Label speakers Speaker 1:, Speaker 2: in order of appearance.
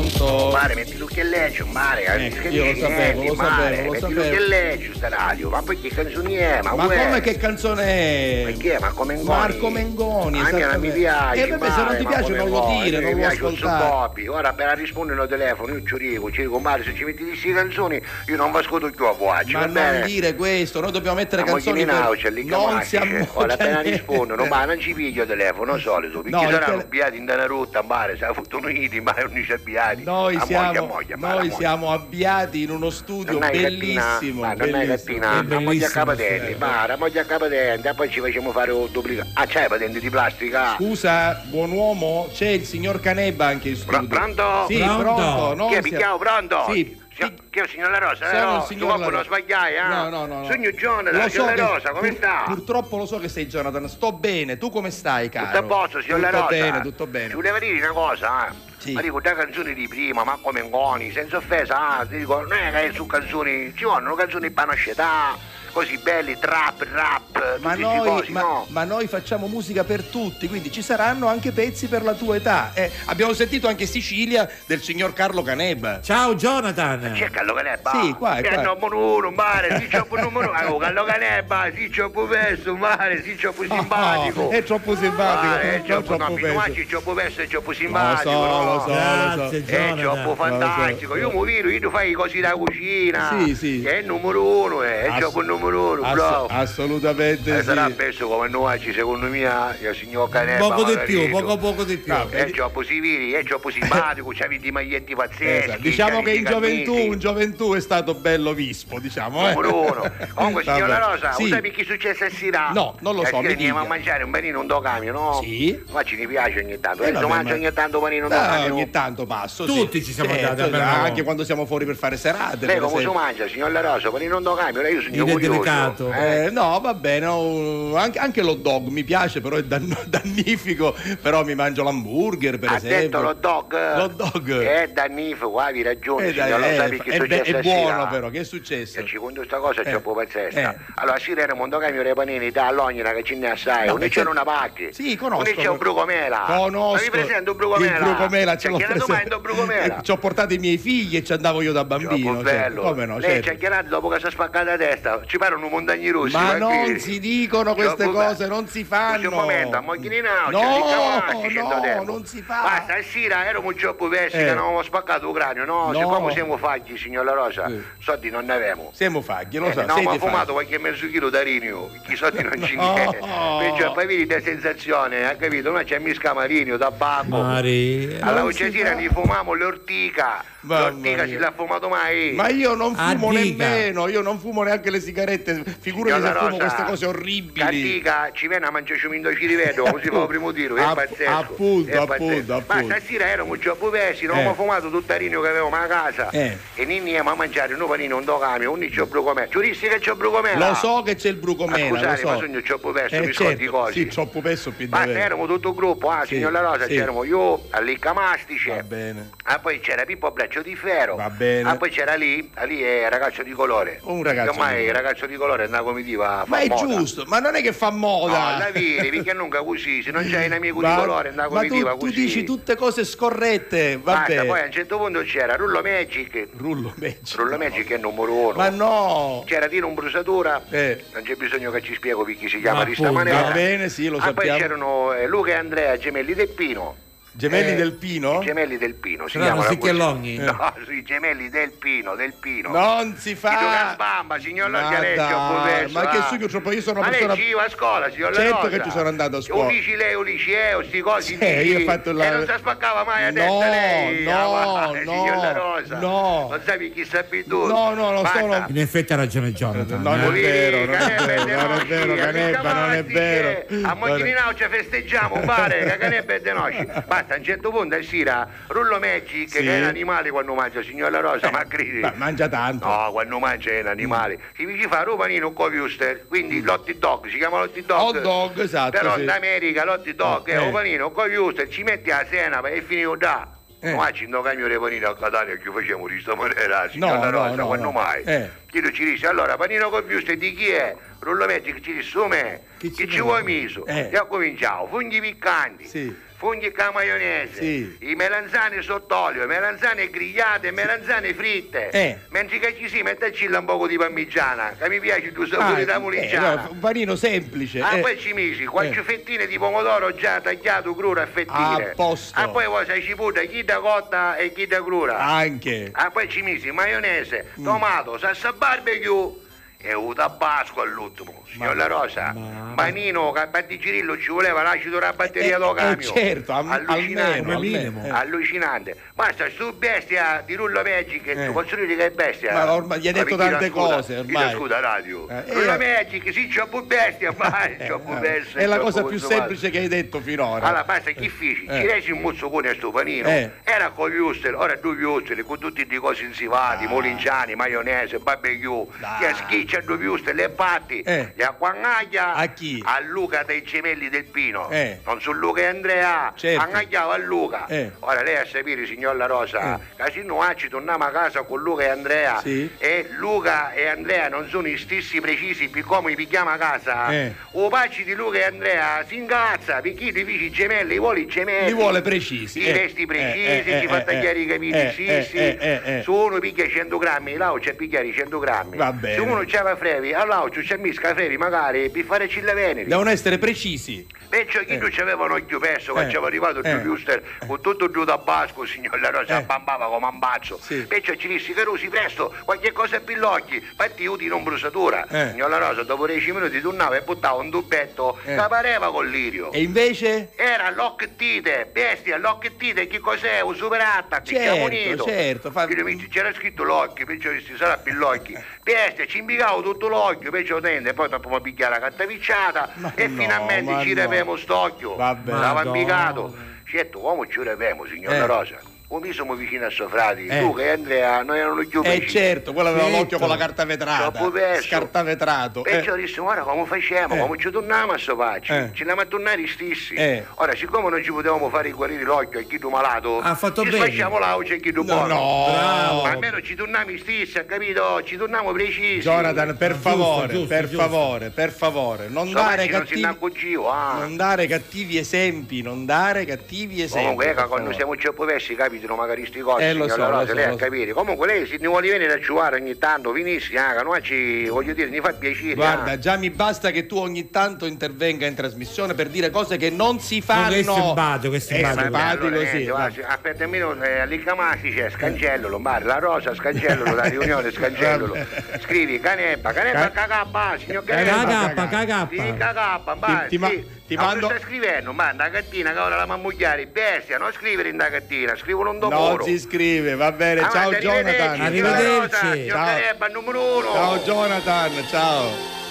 Speaker 1: Pronto?
Speaker 2: Mare, metti l'occhielleggio, mare,
Speaker 1: Ecco, io lo sapevo, lo sapevo, lo
Speaker 2: metti
Speaker 1: sapevo.
Speaker 2: l'occhielleggio sta radio, ma poi che canzoni è? Ma,
Speaker 1: Ma
Speaker 2: uè,
Speaker 1: come che canzone è?
Speaker 2: Ma chi è? Marco Mengoni?
Speaker 1: Marco Mengoni,
Speaker 2: Anche non mi
Speaker 1: esattamente.
Speaker 2: piace.
Speaker 1: Eh, vabbè, se non ti
Speaker 2: Mare,
Speaker 1: piace
Speaker 2: Marco
Speaker 1: non lo
Speaker 2: Mengoni,
Speaker 1: dire,
Speaker 2: mi
Speaker 1: non lo
Speaker 2: piace, sono
Speaker 1: ascoltare.
Speaker 2: Bobby. Ora appena rispondere al telefono io ci dico, ci dico, Mare, se ci metti di sì canzoni io non vi ascolto più a voce,
Speaker 1: Ma
Speaker 2: va
Speaker 1: non
Speaker 2: bene?
Speaker 1: dire questo, noi dobbiamo mettere
Speaker 2: La
Speaker 1: canzoni
Speaker 2: moglie di Nauce,
Speaker 1: per...
Speaker 2: lì eh.
Speaker 1: Non
Speaker 2: chiamati,
Speaker 1: siamo cioè,
Speaker 2: ora appena rispondono, ma non ci piglio il telefono solito, perché
Speaker 1: No, il
Speaker 2: saranno
Speaker 1: tele-
Speaker 2: arrabbiati in dana rotta, mare, siamo uniti, ma non ci abbiati.
Speaker 1: Noi
Speaker 2: A
Speaker 1: siamo,
Speaker 2: moglie, a moglie, ma la
Speaker 1: noi
Speaker 2: moglie.
Speaker 1: siamo abbiati in uno studio
Speaker 2: Non hai
Speaker 1: bellissimo.
Speaker 2: cattina, non hai
Speaker 1: bellissimo.
Speaker 2: cattina, la moglie a
Speaker 3: bellissimo,
Speaker 2: capatelli,
Speaker 3: sì.
Speaker 2: ma la moglie a capatelli, e poi ci facciamo fare un duplicato. Ah, c'hai patente di plastica?
Speaker 1: Scusa, buon uomo, c'è il signor Canebba anche in studio.
Speaker 2: Pro- pronto?
Speaker 1: Sì,
Speaker 3: Pronto?
Speaker 1: pronto. non
Speaker 2: Chi
Speaker 1: siamo-
Speaker 2: è picchiato pronto?
Speaker 1: Sì.
Speaker 2: Signor- Chi è il signor La Rosa?
Speaker 1: Sono
Speaker 2: Eh, no,
Speaker 1: il signor La
Speaker 2: non
Speaker 1: Rosa.
Speaker 2: sbagliai, eh?
Speaker 1: No, no, no. no.
Speaker 2: Sogno Jonathan,
Speaker 1: Lo
Speaker 2: signor
Speaker 1: che-
Speaker 2: La Rosa, come
Speaker 1: pur-
Speaker 2: sta?
Speaker 1: Purtroppo lo so che sei Jonathan, sto bene, tu come stai, caro?
Speaker 2: Tutto a posto, signor La
Speaker 1: Tutto
Speaker 2: Rosa.
Speaker 1: bene, tutto
Speaker 2: Ci
Speaker 1: bene.
Speaker 2: voleva dire una cosa, eh?
Speaker 1: Sì.
Speaker 2: Ma dico, da canzoni di prima, ma come Mengoni, senza offesa, ah, ti dico, non è che su canzoni, ci vogliono canzoni di panascetà, così belli, trap, rap,
Speaker 1: Ma
Speaker 2: tutti questi
Speaker 1: noi,
Speaker 2: cosi,
Speaker 1: ma-
Speaker 2: no?
Speaker 1: ma noi facciamo musica per tutti, quindi ci saranno anche pezzi per la tua età. Eh, abbiamo sentito anche Sicilia del signor Carlo Canebba.
Speaker 3: Ciao Jonathan!
Speaker 2: C'è Callo Canebba?
Speaker 1: Sì, qua,
Speaker 2: è
Speaker 1: qua.
Speaker 2: numero Eh, uno, mare, sì c'è un numero uno. Oh, Callo Canebba, sì c'è un verso, mare, sì c'è un simpatico. Ah, eh,
Speaker 1: Oh, è troppo simpatico.
Speaker 2: Mare,
Speaker 1: non
Speaker 2: è troppo, no,
Speaker 1: troppo
Speaker 2: fino
Speaker 1: bello.
Speaker 2: a ci c'è un verso e c'è un
Speaker 1: Lo
Speaker 2: simpatico,
Speaker 1: so,
Speaker 2: no?
Speaker 1: lo so, lo so.
Speaker 3: Grazie,
Speaker 2: Eh,
Speaker 3: Jonathan.
Speaker 2: gioco fantastico, io mi viro, io fai i cosi da cucina.
Speaker 1: Sì, sì.
Speaker 2: Che è il numero uno, eh, è il
Speaker 1: Ass-
Speaker 2: gioco numero uno,
Speaker 1: ass-
Speaker 2: bravo.
Speaker 1: assolutamente
Speaker 2: Eh,
Speaker 1: sì.
Speaker 2: sarà penso come noi, secondo me, eh, il signor Canella.
Speaker 3: Poco di più, poco poco di più.
Speaker 1: Ah, beh,
Speaker 2: È gioco si viri, è gioco simpatico, c'avevi di maglietti pazzeschi.
Speaker 1: Esatto. Diciamo
Speaker 2: c'avevi
Speaker 1: che in
Speaker 2: dei calmiti.
Speaker 1: gioventù, in gioventù è stato bello vispo, diciamo. eh.
Speaker 2: Numero uno. Comunque, signor La
Speaker 1: Vabbè.
Speaker 2: Rosa,
Speaker 1: sì.
Speaker 2: sai chi successo a Sira?
Speaker 1: No, non lo so, mi
Speaker 2: andiamo a
Speaker 1: dica.
Speaker 2: mangiare un panino, un docamio, no?
Speaker 1: Sì.
Speaker 2: Ma ci mi piace ogni tanto.
Speaker 1: Eh,
Speaker 2: Eh,
Speaker 1: vabbè,
Speaker 2: mangio
Speaker 1: ma-
Speaker 2: ogni tanto oh. un panino, un
Speaker 1: Ah,
Speaker 2: docamio.
Speaker 1: ogni tanto passo. sì.
Speaker 3: Tutti ci siamo andati a
Speaker 1: certo,
Speaker 3: bere una
Speaker 1: anche
Speaker 3: volta.
Speaker 1: quando siamo fuori per fare serate.
Speaker 2: Lei
Speaker 1: per
Speaker 2: come si
Speaker 1: esempio.
Speaker 2: mangia, signor La Rosa? Panino, un docamio, lei io sono
Speaker 3: Dire
Speaker 2: curioso.
Speaker 3: delicato.
Speaker 2: Eh,
Speaker 1: Eh, no, va bene, no, anche, anche lo dog mi piace, però è danno- dannifico, però mi mangio l'hamburger per
Speaker 2: ha
Speaker 1: esempio.
Speaker 2: detto lo dog.
Speaker 1: Lo dog.
Speaker 2: Che è dannifico, qua vi ragione,
Speaker 1: Eh, dai,
Speaker 2: signor
Speaker 1: eh,
Speaker 2: Lo sai perché
Speaker 1: è, be-
Speaker 2: successo
Speaker 1: è
Speaker 2: a
Speaker 1: buono
Speaker 2: Sira?
Speaker 1: però, che è successo?
Speaker 2: Io ci conto sta cosa, c'è
Speaker 1: Eh,
Speaker 2: un po' pazzesca.
Speaker 1: eh.
Speaker 2: Allora, a Sira era un mondogamio dei panini da Lognina che ce ne assai.
Speaker 1: No,
Speaker 2: Uno
Speaker 1: perché-
Speaker 2: c'era una pacchi.
Speaker 1: Sì, conosco.
Speaker 2: Uno c'è un brucomela.
Speaker 1: Conosco.
Speaker 2: Ma vi presento un Ah, brucomela.
Speaker 1: Il brucomela ce
Speaker 2: C'è
Speaker 1: l'ho
Speaker 2: chi era domanda
Speaker 1: presente.
Speaker 2: un brucomela.
Speaker 1: Eh, Ci ho portato i miei figli e ci andavo io da
Speaker 2: Troppo
Speaker 1: bambino. certo.
Speaker 2: bello.
Speaker 1: Come no,
Speaker 2: Lei
Speaker 1: certo.
Speaker 2: ci ha chiarato dopo che si è spaccata la testa. Ci parano montagni russi.
Speaker 1: Ma
Speaker 2: tranquilli.
Speaker 1: non si dicono queste
Speaker 2: Troppo
Speaker 1: cose,
Speaker 2: bello.
Speaker 1: non si fanno.
Speaker 2: Scusi un momento, a Moghinina
Speaker 1: No,
Speaker 2: c'è
Speaker 1: no, non si fa.
Speaker 2: Basta, a Sira ero un gioco versi
Speaker 1: Eh.
Speaker 2: che non avevo spaccato il cranio, no?
Speaker 1: No.
Speaker 2: Siccome siamo fagli, signor La Rosa,
Speaker 1: Sì.
Speaker 2: soldi non ne avevamo.
Speaker 1: Siamo faghi, lo
Speaker 2: Eh,
Speaker 1: so.
Speaker 2: no,
Speaker 1: siete
Speaker 2: ma ho
Speaker 1: faghi.
Speaker 2: fumato qualche mezzo chilo d'arinio, chi soldi non ci
Speaker 1: No.
Speaker 2: niente. Perciò poi vedi la sensazione, hai capito? Noi c'è misca marinio, tabacco.
Speaker 3: Mari.
Speaker 2: Alla
Speaker 1: non si
Speaker 2: Uccesina
Speaker 1: fa.
Speaker 2: ne fumamo l'ortica.
Speaker 1: Mamma
Speaker 2: l'ortica
Speaker 1: mia.
Speaker 2: si l'ha fumato mai.
Speaker 1: Ma io non fumo
Speaker 3: Ah, dica.
Speaker 1: nemmeno, io non fumo neanche le sigarette, figurati se
Speaker 2: Signora
Speaker 1: fumo
Speaker 2: Rosa,
Speaker 1: queste cose orribili.
Speaker 2: Candica ci viene a mangiarci un indociliveto, così fa il primo tiro, è
Speaker 1: App-
Speaker 2: pazzesco.
Speaker 1: appunto,
Speaker 2: è pazzesco.
Speaker 1: appunto,
Speaker 2: Ma
Speaker 1: appunto.
Speaker 2: stasera ero un gioco pesi, non
Speaker 1: Eh.
Speaker 2: ho fumato tutto il rino che avevamo a casa.
Speaker 1: Eh.
Speaker 2: E ninni andiamo a mangiare un panino, un docamio, un c'ho brucomè. Giuristi che c'ho brucomè.
Speaker 1: Lo so che c'è il brucomela,
Speaker 2: Ma scusate,
Speaker 1: lo so.
Speaker 2: ma sogno troppo perso, mi scordi
Speaker 1: certo,
Speaker 2: cose.
Speaker 1: Sì, troppo perso più
Speaker 2: Ma
Speaker 1: deve-
Speaker 2: c'eramo tutto il gruppo, ah,
Speaker 1: Sì,
Speaker 2: signor La Rosa,
Speaker 1: sì.
Speaker 2: c'eramo io, a Licca
Speaker 1: Va
Speaker 2: Mastice,
Speaker 1: bene.
Speaker 2: Ah, poi c'era Pippo Braccio di Ferro.
Speaker 1: Va bene.
Speaker 2: Ah, poi c'era lì, lì è ragazzo di colore.
Speaker 1: Un ragazzo
Speaker 2: Ormai
Speaker 1: di
Speaker 2: il
Speaker 1: colore.
Speaker 2: ragazzo di colore è una comitiva.
Speaker 1: Ma è
Speaker 2: famosa.
Speaker 1: giusto, ma non è che fa moda.
Speaker 2: No, la vedi, perché non ca così, se non c'è un amico
Speaker 1: Ma-
Speaker 2: di colore, è una
Speaker 1: ma tu,
Speaker 2: comitiva
Speaker 1: tu
Speaker 2: così.
Speaker 1: dici tutte cose scorrette, va
Speaker 2: Basta,
Speaker 1: bene.
Speaker 2: poi a un certo punto c'era Rullo Magic.
Speaker 1: Rullo Magic.
Speaker 2: Rullo Magic è il numero uno.
Speaker 1: Ma no!
Speaker 2: C'era Tino Umbrusatura,
Speaker 1: Eh.
Speaker 2: non c'è bisogno che ci spiego chi si chiama
Speaker 3: Ma
Speaker 2: di sta
Speaker 3: appunto.
Speaker 2: maniera.
Speaker 1: Va bene, sì, lo
Speaker 2: ah,
Speaker 1: sappiamo.
Speaker 2: poi c'erano eh, Luca e Andrea, gemelli del Pino.
Speaker 1: Gemelli
Speaker 2: Eh,
Speaker 1: del Pino?
Speaker 2: I gemelli del Pino, si chiamano
Speaker 3: Saranno
Speaker 2: così.
Speaker 3: Sicchellogni?
Speaker 2: No, i gemelli del Pino, del Pino.
Speaker 1: Non si
Speaker 2: Di
Speaker 1: fa!
Speaker 2: Dugan Bamba, signor
Speaker 1: Ma
Speaker 2: Lorgialeccio,
Speaker 1: dai, ma che sugno troppo, io sono una
Speaker 2: ma
Speaker 1: persona-
Speaker 2: lei ci va a scuola, signor
Speaker 1: Certo
Speaker 2: Rosa.
Speaker 1: che ci sono andato a scuola.
Speaker 2: O dici lei o liceo, sti cosi
Speaker 1: Sì,
Speaker 2: dici-
Speaker 1: io ho fatto la-
Speaker 2: E non si spaccava mai a
Speaker 1: No,
Speaker 2: testa lei.
Speaker 1: no,
Speaker 2: ah, va,
Speaker 1: no,
Speaker 2: signor La Rosa.
Speaker 1: no.
Speaker 2: Non sai chi sa più tu.
Speaker 1: No, no, non
Speaker 2: Basta.
Speaker 1: sono-
Speaker 3: In effetti ha ragione Jonathan.
Speaker 1: No,
Speaker 3: eh.
Speaker 1: non è vero, non è
Speaker 2: Canebbe,
Speaker 1: vero, non è
Speaker 2: De
Speaker 1: vero,
Speaker 2: Noci,
Speaker 1: Canebba, non è
Speaker 2: Amica
Speaker 1: vero.
Speaker 2: Mazzi, A Montininau ci festeggiamo, pare, che Canebbe e De Noci. Basta, a un certo punto è Sira, Rullo Magic,
Speaker 1: Sì. Eh,
Speaker 2: che è un animale quando mangia, signor La Rosa, ma credi.
Speaker 1: Ma Mm. mangia tanto.
Speaker 2: No, quando mangia è un animale. Si ci fa Romanino un coviuster, quindi l'hot dog, si chiama l'hot dog.
Speaker 1: Mm. Hot dog, esatto,
Speaker 2: Però
Speaker 1: sì.
Speaker 2: in America l'hot dog è
Speaker 1: Eh.
Speaker 2: un panino, un coviuster, ci metti la sena e finito da.
Speaker 1: Eh.
Speaker 2: Ma ci non cambio le panine a Catania che facciamo di sta maniera, signor
Speaker 1: No,
Speaker 2: La
Speaker 1: no,
Speaker 2: Rosa,
Speaker 1: no,
Speaker 2: quando
Speaker 1: no.
Speaker 2: mai?
Speaker 1: Eh.
Speaker 2: Chiedo ci dice, allora panino con più ste di chi è? Rullo Magic ci disse, me,
Speaker 3: Chi
Speaker 2: chi
Speaker 3: ci
Speaker 2: ci vuoi miso?
Speaker 1: Eh.
Speaker 2: E ho cominciato, funghi piccanti,
Speaker 1: Sì.
Speaker 2: funghi con la maionese,
Speaker 1: Sì.
Speaker 2: i melanzane sott'olio, melanzane grigliate, melanzane fritte.
Speaker 1: Eh.
Speaker 2: Mentre che ci si mette un poco di parmigiana, che mi piace tu sapore da
Speaker 1: eh,
Speaker 2: muligiana.
Speaker 1: no, un panino semplice.
Speaker 2: Ah,
Speaker 1: eh.
Speaker 2: poi ci misi quattro
Speaker 1: Eh.
Speaker 2: fettine di pomodoro già tagliato crudo a fettine.
Speaker 1: A posto.
Speaker 2: Ah, poi vuoi sai cipolla, chi da cotta e chi da cruda.
Speaker 1: Anche.
Speaker 2: Ah, poi ci misi maionese,
Speaker 1: Mm.
Speaker 2: tomato, salsa barbecue e un tabasco all'ultimo. Signor La Rosa,
Speaker 3: ma-
Speaker 2: Manino, Girillo ci voleva l'acido della batteria
Speaker 1: Eh,
Speaker 2: del camion.
Speaker 1: eh, certo, am- almeno, Eh.
Speaker 3: Come minimo.
Speaker 1: almeno.
Speaker 2: Allucinante, basta su bestia di Rullo Magic,
Speaker 1: Eh.
Speaker 2: tu posso dire che è bestia.
Speaker 1: Ma ormai gli hai
Speaker 2: Ma
Speaker 1: detto
Speaker 2: mi chiedo
Speaker 1: tante
Speaker 2: scusa,
Speaker 1: cose,
Speaker 2: chiedo
Speaker 1: ormai.
Speaker 2: scusa radio.
Speaker 1: Eh, eh,
Speaker 2: Rullo
Speaker 1: eh.
Speaker 2: Magic, sì, c'ho pure bestia, ma
Speaker 1: Eh,
Speaker 2: c'ho pure
Speaker 1: eh,
Speaker 2: bestia.
Speaker 1: è la
Speaker 2: c'ho
Speaker 1: cosa
Speaker 2: pure
Speaker 1: più
Speaker 2: consumato.
Speaker 1: semplice che hai detto finora.
Speaker 2: Allora, basta, chi feci?
Speaker 1: Eh.
Speaker 2: Ci resi un mozzocone a sto panino.
Speaker 1: Eh.
Speaker 2: Era con gli ostelli, ora due gli ostelli, con tutti i cosi insivati, molinciani, maionese, barbecue.
Speaker 1: Ah. Dai.
Speaker 2: Che schiccia due ostelli e batti.
Speaker 1: Eh.
Speaker 2: Gli acquangaglia
Speaker 1: A chi?
Speaker 2: A Luca dei gemelli del Pino.
Speaker 1: Eh.
Speaker 2: Non su Luca e Andrea.
Speaker 1: Certo.
Speaker 2: Angagliava a Luca.
Speaker 1: Eh.
Speaker 2: Ora lei a sapere, signor La Rosa, che se noi ci torniamo a casa con Luca e Andrea
Speaker 1: Sì.
Speaker 2: e Luca e Andrea non sono gli stessi precisi per come vi chiama a casa,
Speaker 1: Eh.
Speaker 2: o paci di Luca e Andrea si ingazza perché i vici gemelli vuole i gemelli.
Speaker 1: Li vuole precisi.
Speaker 2: eh, I
Speaker 1: eh.
Speaker 2: vesti precisi,
Speaker 1: Eh, eh,
Speaker 2: ci fa
Speaker 1: eh,
Speaker 2: tagliare i
Speaker 1: eh,
Speaker 2: capelli,
Speaker 1: eh,
Speaker 2: sì,
Speaker 1: eh,
Speaker 2: sì.
Speaker 1: eh, eh, eh.
Speaker 2: Su uno picchia 100 grammi, là c'è picchiare 100 grammi.
Speaker 1: Va bene.
Speaker 2: Se uno c'ha la frevi, allora c'è misca frevi magari per fare cilla venere.
Speaker 1: Devono essere precisi.
Speaker 2: Perciò cioè, chi
Speaker 1: Eh.
Speaker 2: non c'aveva un occhio perso, che
Speaker 1: Eh.
Speaker 2: c'era arrivato
Speaker 1: Eh.
Speaker 2: il Giuster con tutto il tabasco, signor La Rosa,
Speaker 1: Eh.
Speaker 2: bambava come un bacio.
Speaker 1: Sì.
Speaker 2: Perciò ci dissi Carusi, presto, qualche cosa a pillocchi, parti utile non brusatura.
Speaker 1: Eh.
Speaker 2: Signor La Rosa, dopo 10 minuti tornava e buttava un dubbetto
Speaker 1: Eh.
Speaker 2: che pareva con lirio.
Speaker 1: E invece?
Speaker 2: Era l'occhettite, bestia, l'occhettite, che cos'è? Un superattack, che
Speaker 1: Certo,
Speaker 2: chiamo unito.
Speaker 1: certo, fa-
Speaker 2: Quindi, amici, c'era scritto l'occhio, perciò si sarà più l'occhio. Bestia, ci imbigavo tutto l'occhio, perciò lo tende, poi dopo mi picchiare la cattavicciata
Speaker 1: Ma
Speaker 2: e
Speaker 1: no,
Speaker 2: finalmente
Speaker 1: ma
Speaker 2: ci
Speaker 1: no.
Speaker 2: revemo st'occhio.
Speaker 1: Vabbè.
Speaker 2: L'aveva
Speaker 3: Madonna.
Speaker 2: imbigato. Certo, come ci revemo, signor
Speaker 1: Eh.
Speaker 2: La Rosa? Come mi sono vicino a Sofrati,
Speaker 1: Eh.
Speaker 2: tu che Andrea, noi erano più
Speaker 1: Eh
Speaker 2: vicini.
Speaker 1: certo, quello aveva
Speaker 3: Certo.
Speaker 1: l'occhio con la carta vetrata.
Speaker 2: Troppo perso.
Speaker 1: Scartavetrato. eh.
Speaker 2: Perciò disse, ora come facciamo?
Speaker 1: Eh.
Speaker 2: Come ci torniamo a sto faccio?
Speaker 1: Eh.
Speaker 2: Ci andiamo a tornare stessi.
Speaker 1: Eh.
Speaker 2: Ora, siccome non ci potevamo fare guarire l'occhio a chi tu malato,
Speaker 3: Ha fatto
Speaker 2: ci
Speaker 3: bene.
Speaker 2: facciamo l'auce a chi tu
Speaker 1: No,
Speaker 2: buono.
Speaker 1: no.
Speaker 2: Ma almeno ci torniamo stessi, ha capito? Ci torniamo precisi.
Speaker 1: Jonathan, per
Speaker 3: Giusto,
Speaker 1: favore,
Speaker 3: giusto,
Speaker 1: per
Speaker 3: giusto.
Speaker 1: favore, per favore, non
Speaker 2: Sto
Speaker 1: dare
Speaker 2: faccio non si
Speaker 1: cattivi...
Speaker 2: innaggio, ah.
Speaker 1: Non dare cattivi esempi, non dare cattivi esempi.
Speaker 2: Comunque, ecco,
Speaker 1: per
Speaker 2: quando
Speaker 1: favore.
Speaker 2: siamo troppo versi capitano magari sti cose,
Speaker 1: Eh, lo
Speaker 2: signora
Speaker 1: so, lo
Speaker 2: Rosa,
Speaker 1: so,
Speaker 2: lei
Speaker 1: lo
Speaker 2: a
Speaker 1: so.
Speaker 2: capire. Comunque lei se ne vuole venire a giocare ogni tanto, venissi, ah, che noi ci, voglio dire, mi fa piacere. ah.
Speaker 1: Guarda, già mi basta che tu ogni tanto intervenga in trasmissione per dire cose che non si fanno. Eh,
Speaker 3: che è simpatico, è simpatico.
Speaker 1: È simpatico,
Speaker 2: Allora,
Speaker 1: sì,
Speaker 2: niente,
Speaker 1: va.
Speaker 2: va, sì, aspetta un minuto, eh, Allicamasi c'è, scancello, Lombardo, la rosa, scancello, la riunione, scancello. Scrivi Caneppa, Caneppa KK, signor Caneppa.
Speaker 1: Cagappa,
Speaker 3: Cagappa, cagappa.
Speaker 2: Sì, KK, ma
Speaker 1: Ti- ti ma-
Speaker 2: sì.
Speaker 1: ti
Speaker 2: Ma
Speaker 1: mando-
Speaker 2: tu stai scrivendo, ma una cattina che ora la mammugliare, bestia, non scrivere in una cattina, scrivono un
Speaker 1: Non
Speaker 2: domoro.
Speaker 1: si scrive, va bene.
Speaker 2: Avanti,
Speaker 1: ciao
Speaker 2: arrivederci,
Speaker 1: Jonathan.
Speaker 2: signora Rosa,
Speaker 3: Arrivederci.
Speaker 2: Signor
Speaker 1: Ciao.
Speaker 2: Caneppa, numero uno.
Speaker 1: Ciao Jonathan, ciao.